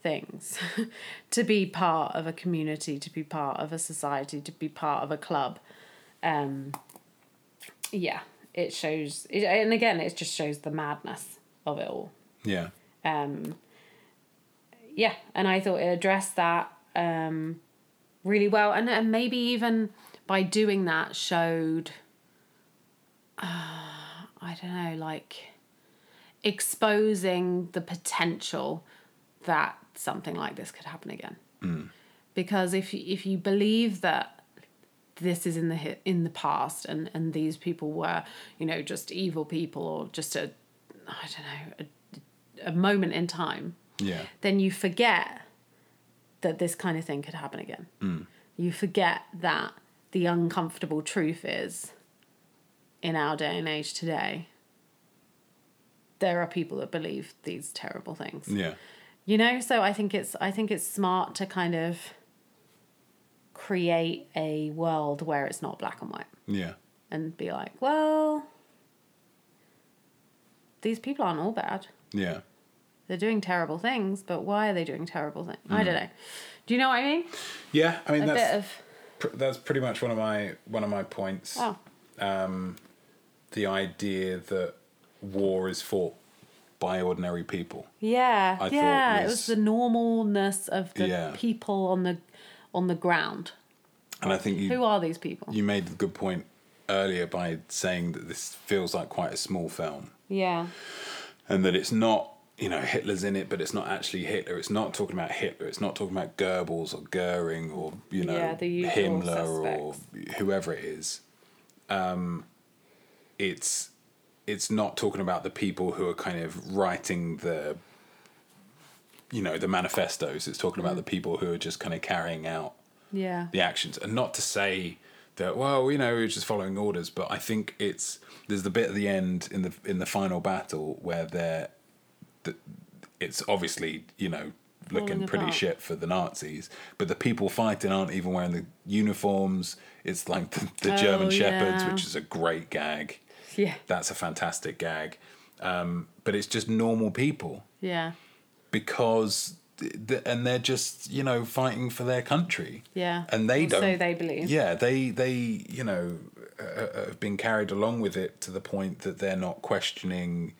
things. to be part of a community, to be part of a society, to be part of a club. Um, yeah, it shows, it, and again, it just shows the madness of it all. Yeah. um, yeah, and I thought it addressed that um, really well, and and maybe even by doing that showed, uh, I don't know, like exposing the potential that something like this could happen again. Because if you, if you believe that this is in the hi- in the past and and these people were you know just evil people or just a I don't know a, a moment in time, Yeah. then you forget that this kind of thing could happen again. You forget that the uncomfortable truth is in our day and age today, there are people that believe these terrible things. Yeah. You know, so I think it's I think it's smart to kind of create a world where it's not black and white Yeah. and be like, well, these people aren't all bad. Yeah. They're doing terrible things, but why are they doing terrible things? Mm. I don't know. Do you know what I mean? Yeah, I mean A that's bit of pr- that's pretty much one of my one of my points. oh, The idea that war is fought by ordinary people. yeah, I thought yeah. It was was- the normalness of the Yeah. people on the on the ground. And I think you Who are these people? you made a good point earlier by saying that this feels like quite a small film yeah, and that it's not you know Hitler's in it but it's not actually Hitler it's not talking about Hitler it's not talking about Goebbels or Goering or you know Yeah, the usual Himmler or whoever it is um it's it's not talking about the people who are kind of writing the you know the manifestos it's talking Mm-hmm. about the people who are just kind of carrying out yeah, the actions and not to say that well you know we're just following orders but i think it's there's the bit at the end in the in the final battle where they're the, it's obviously you know looking Falling pretty apart. shit for the nazis but the people fighting aren't even wearing the uniforms it's like the, the german Oh, shepherds yeah. which is a great gag yeah, that's a fantastic gag um, but it's just normal people yeah, because th- th- and they're just you know fighting for their country yeah. and they Or don't So they believe. yeah they they you know uh, have been carried along with it to the point that they're not questioning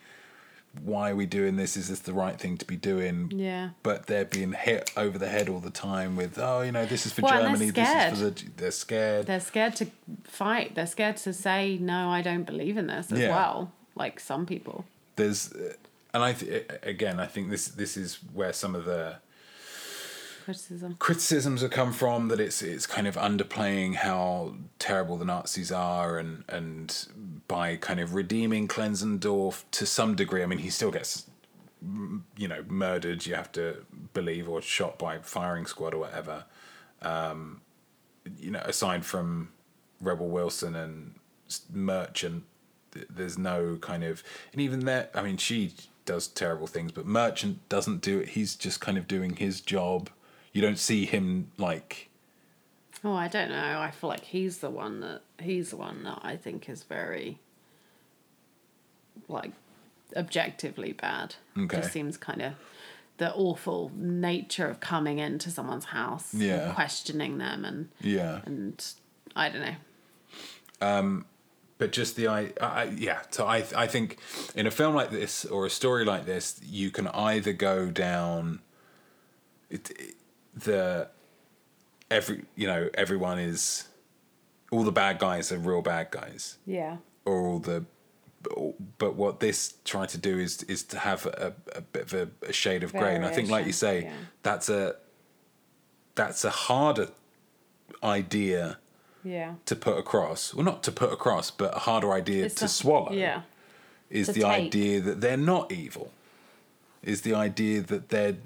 why are we doing this is this the right thing to be doing Yeah. but they're being hit over the head all the time with oh you know this is for Well, and they're germany this is scared. for the they're scared They're scared to fight. They're scared to say no. I don't believe in this as Yeah. well. Like some people. there's uh, and i th- again i think this this is where some of the Criticism. criticisms have come from that it's it's kind of underplaying how terrible the Nazis are and and by kind of redeeming Klenzendorf to some degree. I mean, he still gets m- you know murdered. You have to believe or shot by firing squad or whatever. Um, you know, aside from Rebel Wilson and S- Merchant, th- there's no kind of and even there. I mean, she does terrible things, but Merchant doesn't do it. He's just kind of doing his job. You don't see him like Oh, I don't know. I feel like he's the one that he's the one that I think is very like objectively bad. Okay. Just seems kind of the awful nature of coming into someone's house and Yeah. questioning them and yeah. and I don't know. but just the I, I yeah so I I think in a film like this or a story like this you can either go down it, it- the every you know everyone is all the bad guys are real bad guys Yeah. or all the but what this tried to do is is to have a, a bit of a, a shade of grey and I think like you say Variation, yeah. that's a that's a harder idea Yeah. to put across, well, not to put across, but a harder idea to a- swallow Yeah. is to the take. idea that they're not evil. Is the idea that they're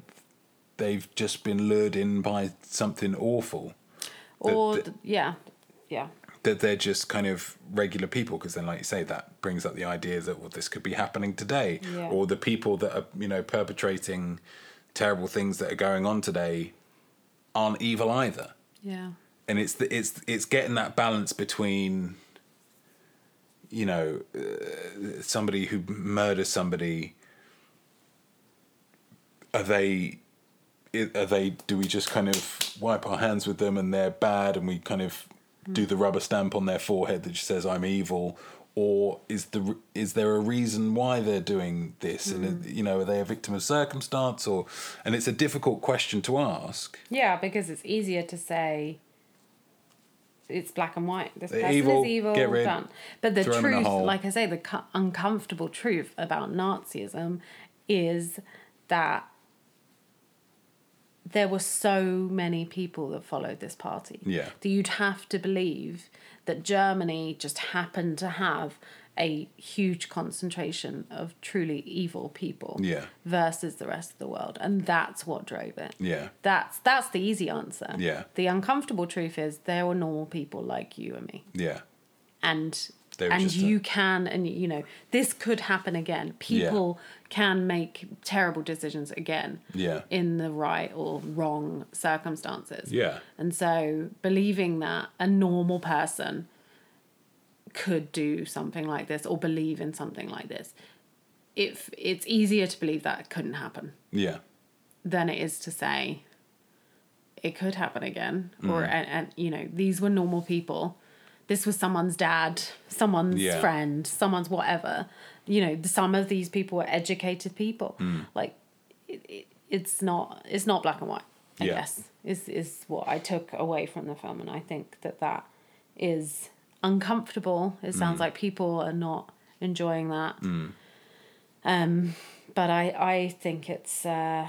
they've just been lured in by something awful. Or the- th- yeah. Yeah. That they're just kind of regular people, because then, like you say, that brings up the idea that well, this could be happening today, Yeah. or the people that are you know perpetrating terrible things that are going on today aren't evil either. Yeah. and it's the, it's it's getting that balance between you know uh, somebody who murders somebody are they i- are they do we just kind of wipe our hands with them and they're bad and we kind of do the rubber stamp on their forehead that just says I'm evil or is the re- is there a reason why they're doing this and uh, you know are they a victim of circumstance or and it's a difficult question to ask Yeah, because it's easier to say it's black and white. This They're person evil, is evil. get rid, done. But the throw 'em in a truth, hole. like I say, the co- uncomfortable truth about Nazism is that there were so many people that followed this party. Yeah. That you'd have to believe that Germany just happened to have a huge concentration of truly evil people Yeah. versus the rest of the world. And that's what drove it. yeah That's that's the easy answer. Yeah. The uncomfortable truth is there were normal people like you and me, yeah and They were and just a- you can and you know this could happen again. People can make terrible decisions again. Yeah. In the right or wrong circumstances. Yeah. And so believing that a normal person could do something like this or believe in something like this if it's easier to believe that couldn't happen Yeah. than it is to say it could happen again or and, and you know these were normal people this was someone's dad someone's Yeah. friend someone's whatever you know some of these people were educated people like it, it, it's not it's not black and white i Yeah. guess is is what i took away from the film and i think that that is uncomfortable it sounds like people are not enjoying that um but i i think it's uh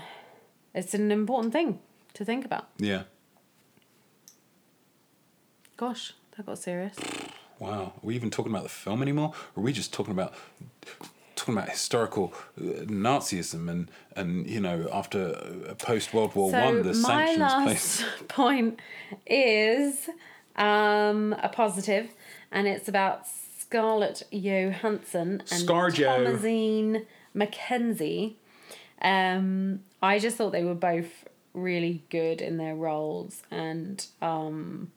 it's an important thing to think about. Yeah. Gosh, that got serious. Wow. Are we even talking about the film anymore? Or are we just talking about talking about historical uh, Nazism and and you know after uh, post World War One the my sanctions last place? point is um, a positive, and it's about Scarlett Johansson and Scarjo. Thomasine McKenzie. Um, I just thought they were both really good in their roles, and um,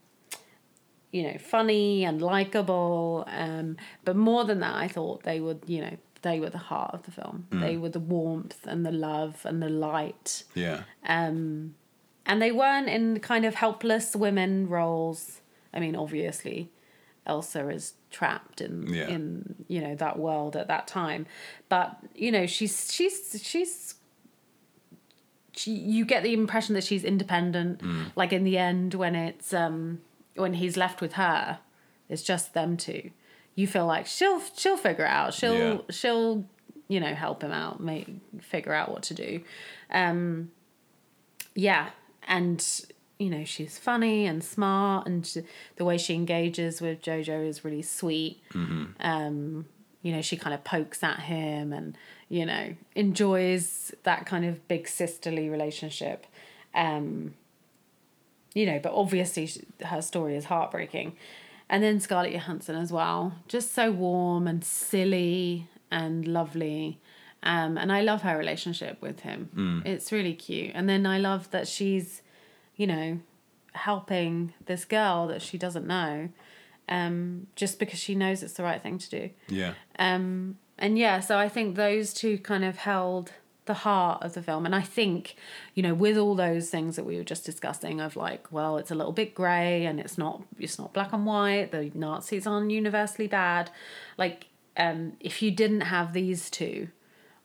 you know, funny and likable. Um, but more than that, I thought they would, you know, they were the heart of the film. Hmm. They were the warmth and the love and the light. Yeah. Um, and they weren't in kind of helpless women roles. I mean, obviously, Elsa is trapped in Yeah. in you know that world at that time, but you know she's she's she's. She, you get the impression that she's independent. Like in the end, when it's um, when he's left with her, it's just them two. You feel like she'll she'll figure it out. She'll Yeah. she'll you know help him out, make figure out what to do. Um, yeah and you know she's funny and smart and sh- the way she engages with jojo is really sweet um you know she kind of pokes at him and you know enjoys that kind of big sisterly relationship um you know but obviously sh her story is heartbreaking and then scarlett johansson as well just so warm and silly and lovely um and i love her relationship with him it's really cute and then i love that she's you know helping this girl that she doesn't know um just because she knows it's the right thing to do Yeah. um, and yeah, so I think those two kind of held the heart of the film. And I think, you know, with all those things that we were just discussing of like, well, it's a little bit grey and it's not it's not black and white, the Nazis aren't universally bad. Like, um, if you didn't have these two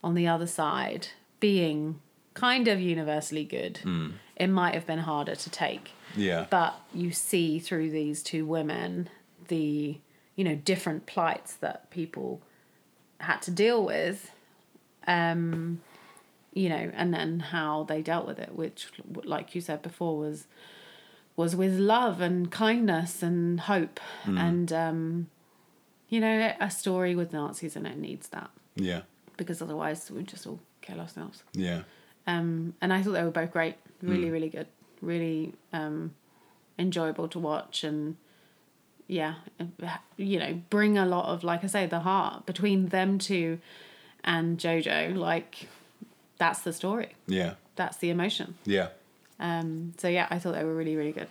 on the other side being kind of universally good, it might have been harder to take Yeah. but you see through these two women the you know different plights that people had to deal with um you know and then how they dealt with it which like you said before was was with love and kindness and hope and um you know a story with nazis in it needs that Yeah. because otherwise we'd just all kill ourselves Yeah. um, and I thought they were both great, Hmm. really, really good, really um, enjoyable to watch, and yeah, you know, bring a lot of, like I say, the heart between them two and JoJo. Like, that's the story, Yeah. that's the emotion. Yeah. Um, so yeah, I thought they were really, really good.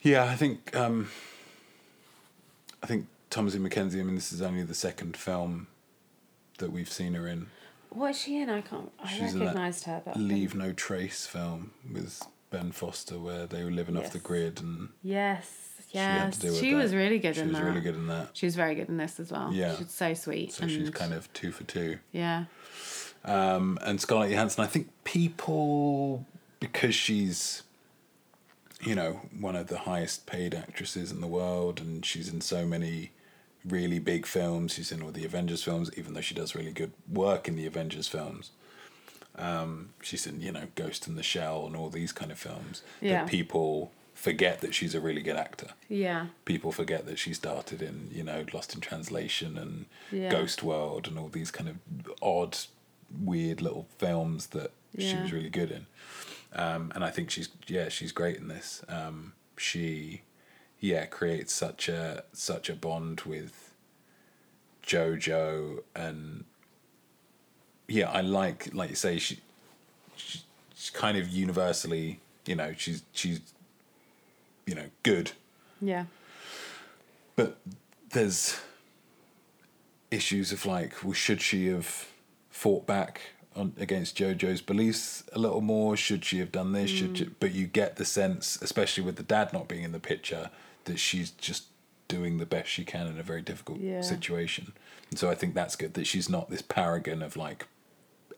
Yeah, I think um, I think Thomasy McKenzie. I mean, this is only the second film that we've seen her in. What is she in? I can't. I She's in that recognised her, but I couldn't- Leave No Trace film with Ben Foster, where they were living off the Yes. grid, and yes, she had yes, to she, deal with that. was really good She in was that. really good in that. She was very good in this as well. Yeah. she's so sweet. So she's kind of two for two. yeah, Um, and Scarlett Johansson, I think people because she's you know one of the highest paid actresses in the world, and she's in so many really big films. She's in all the Avengers films, even though she does really good work in the Avengers films. Um, she's in you know Ghost in the Shell and all these kind of films Yeah. that people forget that she's a really good actor yeah, people forget that she started in you know Lost in Translation and Yeah. Ghost World and all these kind of odd, weird little films that she Yeah. was really good in. Um, and I think she's yeah she's great in this. Um, she yeah creates such a such a bond with JoJo and yeah I like like you say she, she she's kind of universally you know she's she's you know good yeah. but there's issues of like, well, should she have fought back on, against Jojo's beliefs a little more. Should she have done this? Mm. Should she, but you get the sense, especially with the dad not being in the picture, that she's just doing the best she can in a very difficult Yeah. situation. And so I think that's good that she's not this paragon of like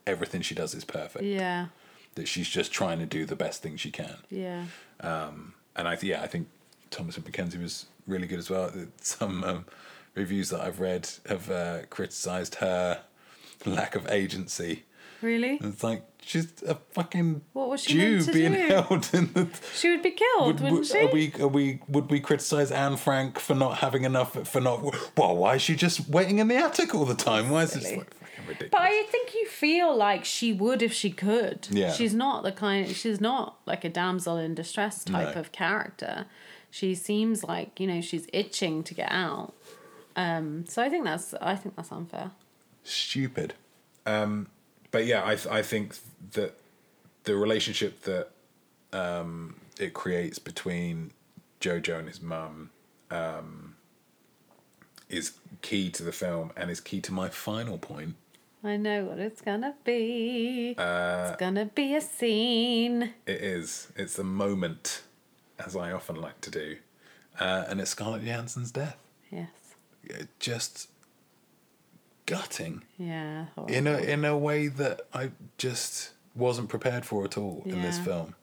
everything she does is perfect. Yeah. That she's just trying to do the best thing she can. Yeah. And I th- yeah, I think Thomas and Mackenzie was really good as well. Some um, reviews that I've read have uh, criticised her lack of agency. Really? And it's like she's a fucking What was she Jew meant to being do? held in the. She would be Would, killed, would, not would, she? are we? Are we? Would we criticize Anne Frank for not having enough? For not? Well, why is she just waiting in the attic all the time? Why is this Silly. like fucking ridiculous? But I think you feel like she would if she could. Yeah. She's not the kind she's not like a damsel in distress type No. of character. She seems like, you know, she's itching to get out. Um so I think that's I think that's unfair. stupid. Um, but yeah, I th- I think that the relationship that um, it creates between Jojo and his mum um, is key to the film and is key to my final point. I know what it's gonna be. Uh, it's gonna be a scene. It is. It's the moment, as I often like to do, uh, and it's Scarlett Johansson's death. Yes. It just gutting. Yeah. in a in a way that I just wasn't prepared for at all in this Yeah. film.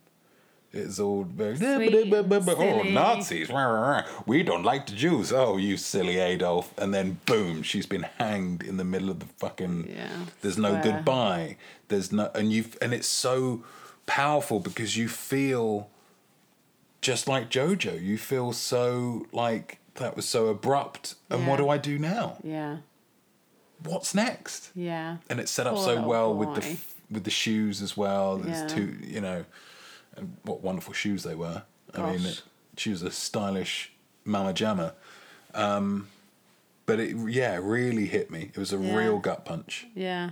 It's all very Sweet and oh silly. Nazis, rah, rah, rah. we don't like the Jews. Oh, you silly Adolf! And then boom, she's been hanged in the middle of the fucking. Yeah, There's no square. goodbye. There's no, and you and it's so powerful because you feel just like Jojo. You feel so like that was so abrupt. And what Yeah. do I do now? Yeah. What's next? Yeah. and it's set up Poor so little well with the Oh, boy. f- with the shoes as well. There's Yeah. two, you know, and what wonderful shoes they were. I mean, Gosh. it, she was a stylish mama jamma. Um, but it, yeah, it really hit me. It was a Yeah. real gut punch, Yeah.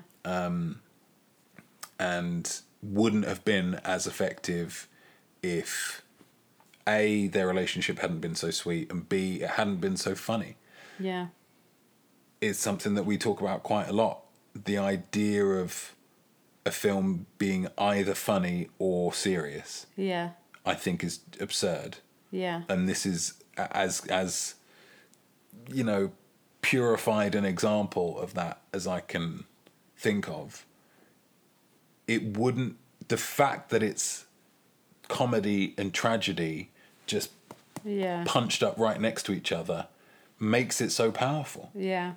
and wouldn't have been as effective if a their relationship hadn't been so sweet, and b it hadn't been so funny. Yeah. is something that we talk about quite a lot. The idea of a film being either funny or serious, Yeah. I think, is absurd. Yeah. And this is a- as as you know purified an example of that as I can think of. It wouldn't the fact that it's comedy and tragedy just Yeah. punched up right next to each other makes it so powerful Yeah.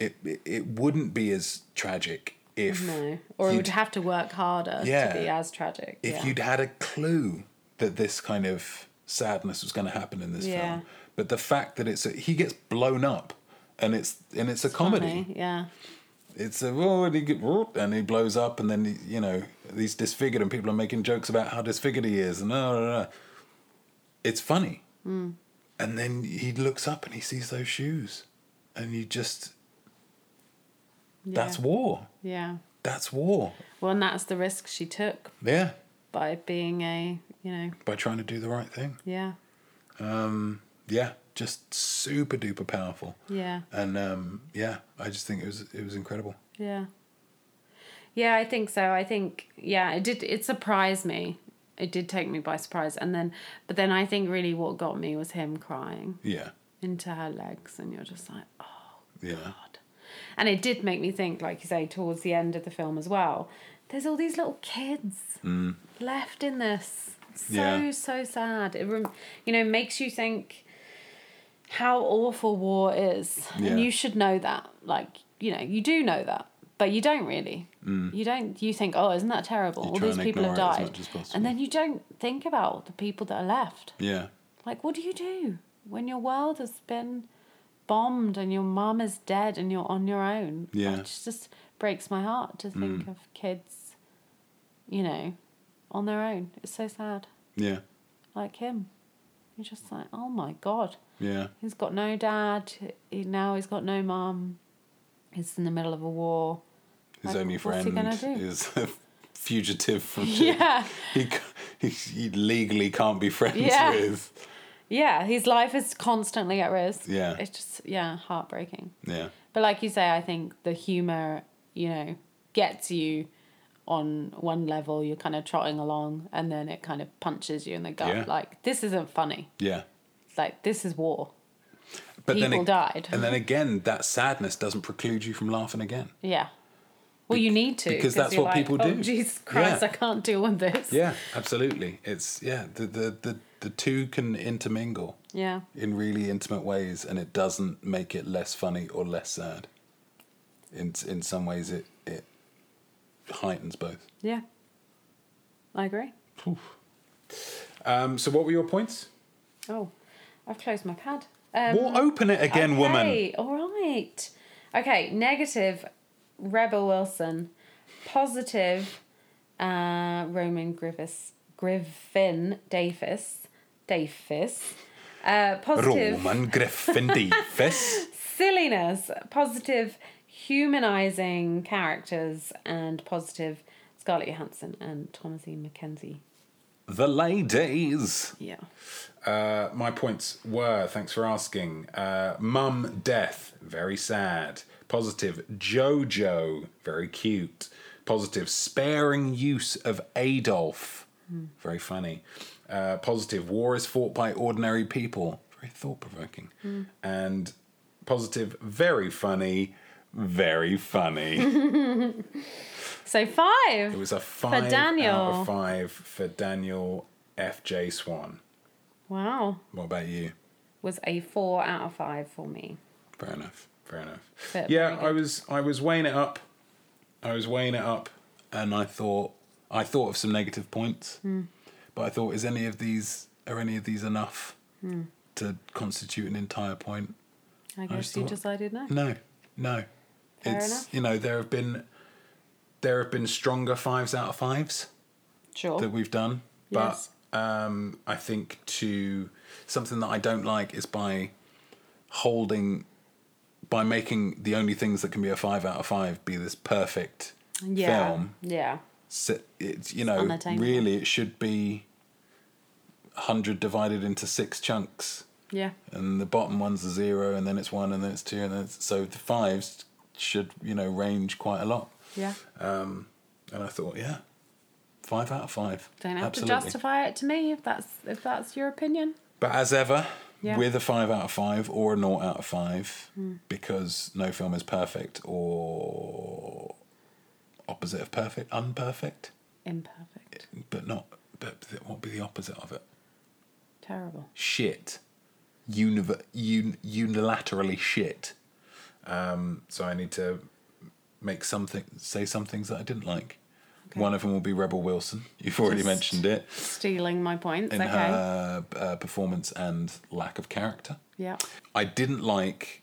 it it, it wouldn't be as tragic if No. Or it you'd- would have to work harder Yeah. to be as tragic. if yeah. you'd had a clue that this kind of sadness was going to happen in this Yeah. film. But the fact that it's a, he gets blown up and it's and it's a comedy. Funny, Yeah. It's a oh, and he get, and he blows up and then he, you know he's disfigured and people are making jokes about how disfigured he is and no, no, no. it's funny. Mm. And then he looks up and he sees those shoes, and you just that's Yeah. war. Yeah. That's war. Well, and that's the risk she took Yeah, by being a, you know, by trying to do the right thing. yeah, Yeah, just super duper powerful. yeah, And um, yeah, I just think it was it was incredible. yeah. Yeah, I think so. I think yeah, it did it surprised me. It did take me by surprise. And then but then I think really what got me was him crying Yeah, into her legs and you're just like, "Oh yeah, God. And it did make me think, like you say, towards the end of the film as well, there's all these little kids left in this. So, Mm. Yeah. so sad. It, rem- you know, makes you think how awful war is. Yeah. And you should know that. Like, you know, you do know that. But you don't really. You don't. You think, oh, isn't that terrible? Mm. You all try these and people have ignore it as died, much as possible. and then you don't think about the people that are left. yeah, Like, what do you do when your world has been bombed and your mum is dead and you're on your own? Yeah. Mm. It just, just breaks my heart to think of kids, you know, on their own. It's so sad. yeah, Like him. You're just like, oh my God. yeah, He's got no dad. He, now he's got no mum. He's in the middle of a war. His Like, only what's he friend gonna do? is a fugitive from. Yeah. he, c- he he legally can't be friends Yeah. with. Yeah, his life is constantly at risk. Yeah. It's just, yeah, heartbreaking. Yeah, But like you say, I think the humor, you know, gets you on one level, you're kind of trotting along, and then it kind of punches you in the gut. Yeah. Like, this isn't funny. Yeah. It's like, this is war. But People then, ag- died. And then again, that sadness doesn't preclude you from laughing again. Yeah. Well, you need to. because that's you're what people oh, do." Jesus Christ, Yeah. I can't deal with this. Yeah, absolutely. It's yeah, the the the, the two can intermingle Yeah. in really intimate ways, and it doesn't make it less funny or less sad. In in some ways, it it heightens both. Yeah. I agree. Um, so, what were your points? Oh, I've closed my pad. Um, We'll open it again, woman. Okay, all right. Okay, negative Rebel Wilson, positive uh, Roman Griffiths, Griffin Davis, Davis, uh, positive Roman Griffin Davis. silliness, positive humanizing characters, and positive Scarlett Johansson and Thomasine McKenzie. the ladies. Yeah. Uh, my points were thanks for asking. Uh, Mum death, very sad. Positive Jojo, very cute. Positive sparing use of Adolf, very funny. Uh, positive war is fought by ordinary people, very thought provoking. And positive very funny, very funny. So five. it was a five out Daniel. of five for Daniel F.J. Swan. wow. What about you? Was a four out of five for me. Fair enough. Fair enough. Fair- yeah, very good. I was I was weighing it up. I was weighing it up, and I thought I thought of some negative points, Hmm. but I thought, is any of these are any of these enough Hmm. to constitute an entire point? I I guess just you thought- decided no. No, no. Fair it's enough. you know there have been there have been stronger fives out of fives Sure. that we've done. Oh. Yes. But um, I think to something that I don't like is by holding, by making the only things that can be a five out of five be this perfect yeah. film. Yeah. So it's you know unattainable. really it should be hundred divided into six chunks, Yeah. and the bottom one's a zero, and then it's one, and then it's two, and then it's, so the fives should you know range quite a lot. Um, Yeah. And I thought, yeah, five out of five. Don't have to Absolutely. justify it to me if that's if that's your opinion. But as ever, Yeah. Hmm. with a five out of five or a naught out of five, because no film is perfect or opposite of perfect, unperfect, Imperfect. but not. But th- what would be the opposite of it? Terrible. Shit, Univer- un- unilaterally shit. Um, so I need to make something, say some things that I didn't like. One of them will be Rebel Wilson. You've already Just- mentioned it Stealing my points. in okay. her uh, performance and lack of character. Yeah. I didn't like,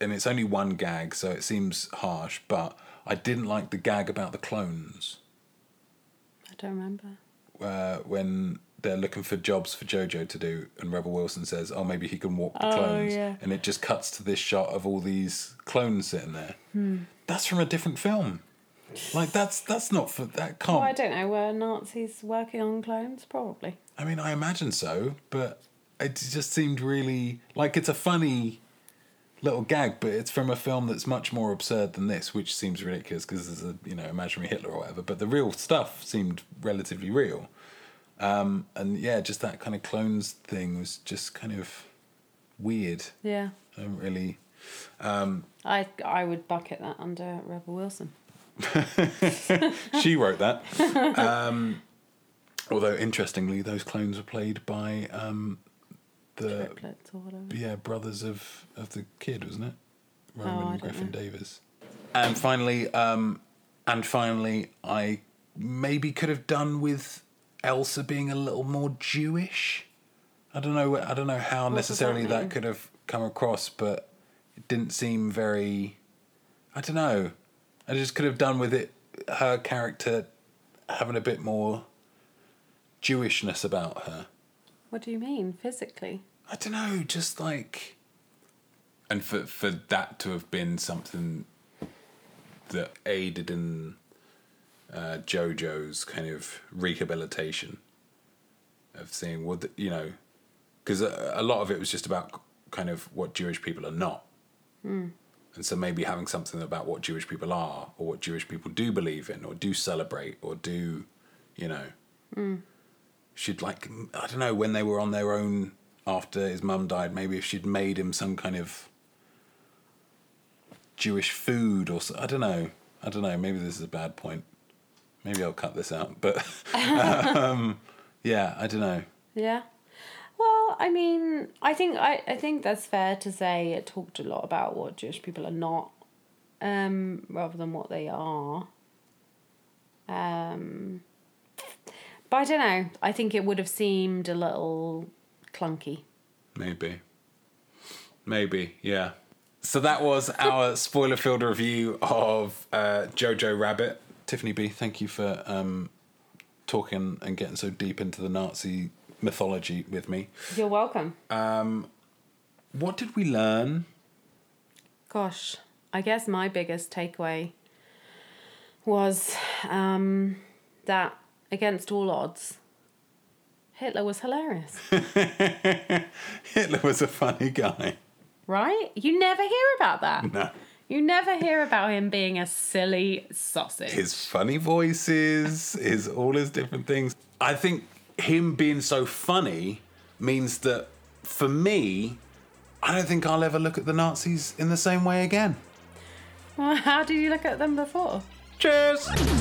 and it's only one gag, so it seems harsh, but I didn't like the gag about the clones I don't remember. uh, when they're looking for jobs for JoJo to do, and Rebel Wilson says, "Oh, maybe he can walk the Oh, clones," yeah. and it just cuts to this shot of all these clones sitting there. Hmm. That's from a different film. Like that's that's not for that can't. Well, I don't know. Were Nazis working on clones? Probably. I mean, I imagine so, but it just seemed really like it's a funny little gag, but it's from a film that's much more absurd than this, which seems ridiculous because there's a you know imaginary Hitler or whatever. But the real stuff seemed relatively real, um, and yeah, just that kind of clones thing was just kind of weird. Yeah. I don't really. I I would bucket that under Rebel Wilson. She wrote that. um, although interestingly, those clones were played by um, the Triplets or whatever. yeah, brothers of of the kid, wasn't it? Oh, I Roman don't Griffin know. Davis. And finally, um, and finally, I maybe could have done with Elsa being a little more Jewish. I don't know. I don't know how does that necessarily that, mean? could have come across, but it didn't seem very. I don't know. I just could have done with it. Her character having a bit more Jewishness about her. What do you mean physically? I don't know, just like. And for for that to have been something that aided in uh, JoJo's kind of rehabilitation of seeing what the- you know, uh, because a, a lot of it was just about kind of what Jewish people are not. And so maybe having something about what Jewish people are or what Jewish people do believe in or do celebrate or do, you know, should like, I don't know, when they were on their own after his mum died, maybe if she'd made him some kind of Jewish food or so, I don't know. I don't know. Maybe this is a bad point. Maybe I'll cut this out. But um, yeah, I don't know. Yeah. Well, I mean, I think I, I think that's fair to say it talked a lot about what Jewish people are not, um, rather than what they are. Um, but I don't know. I think it would have seemed a little clunky. Maybe. Maybe, yeah. So that was our spoiler filled review of uh, Jojo Rabbit. Tiffany B, thank you for um, talking and getting so deep into the Nazi mythology with me. You're welcome. What did we learn? Gosh, I guess my biggest takeaway was um, that against all odds, Hitler was hilarious. Hitler was a funny guy. right? You never hear about that. No. You never hear about him being a silly sausage. his funny voices, his all his different things. I think him being so funny means that for me, I don't think I'll ever look at the Nazis in the same way again. well, how did you look at them before? Cheers!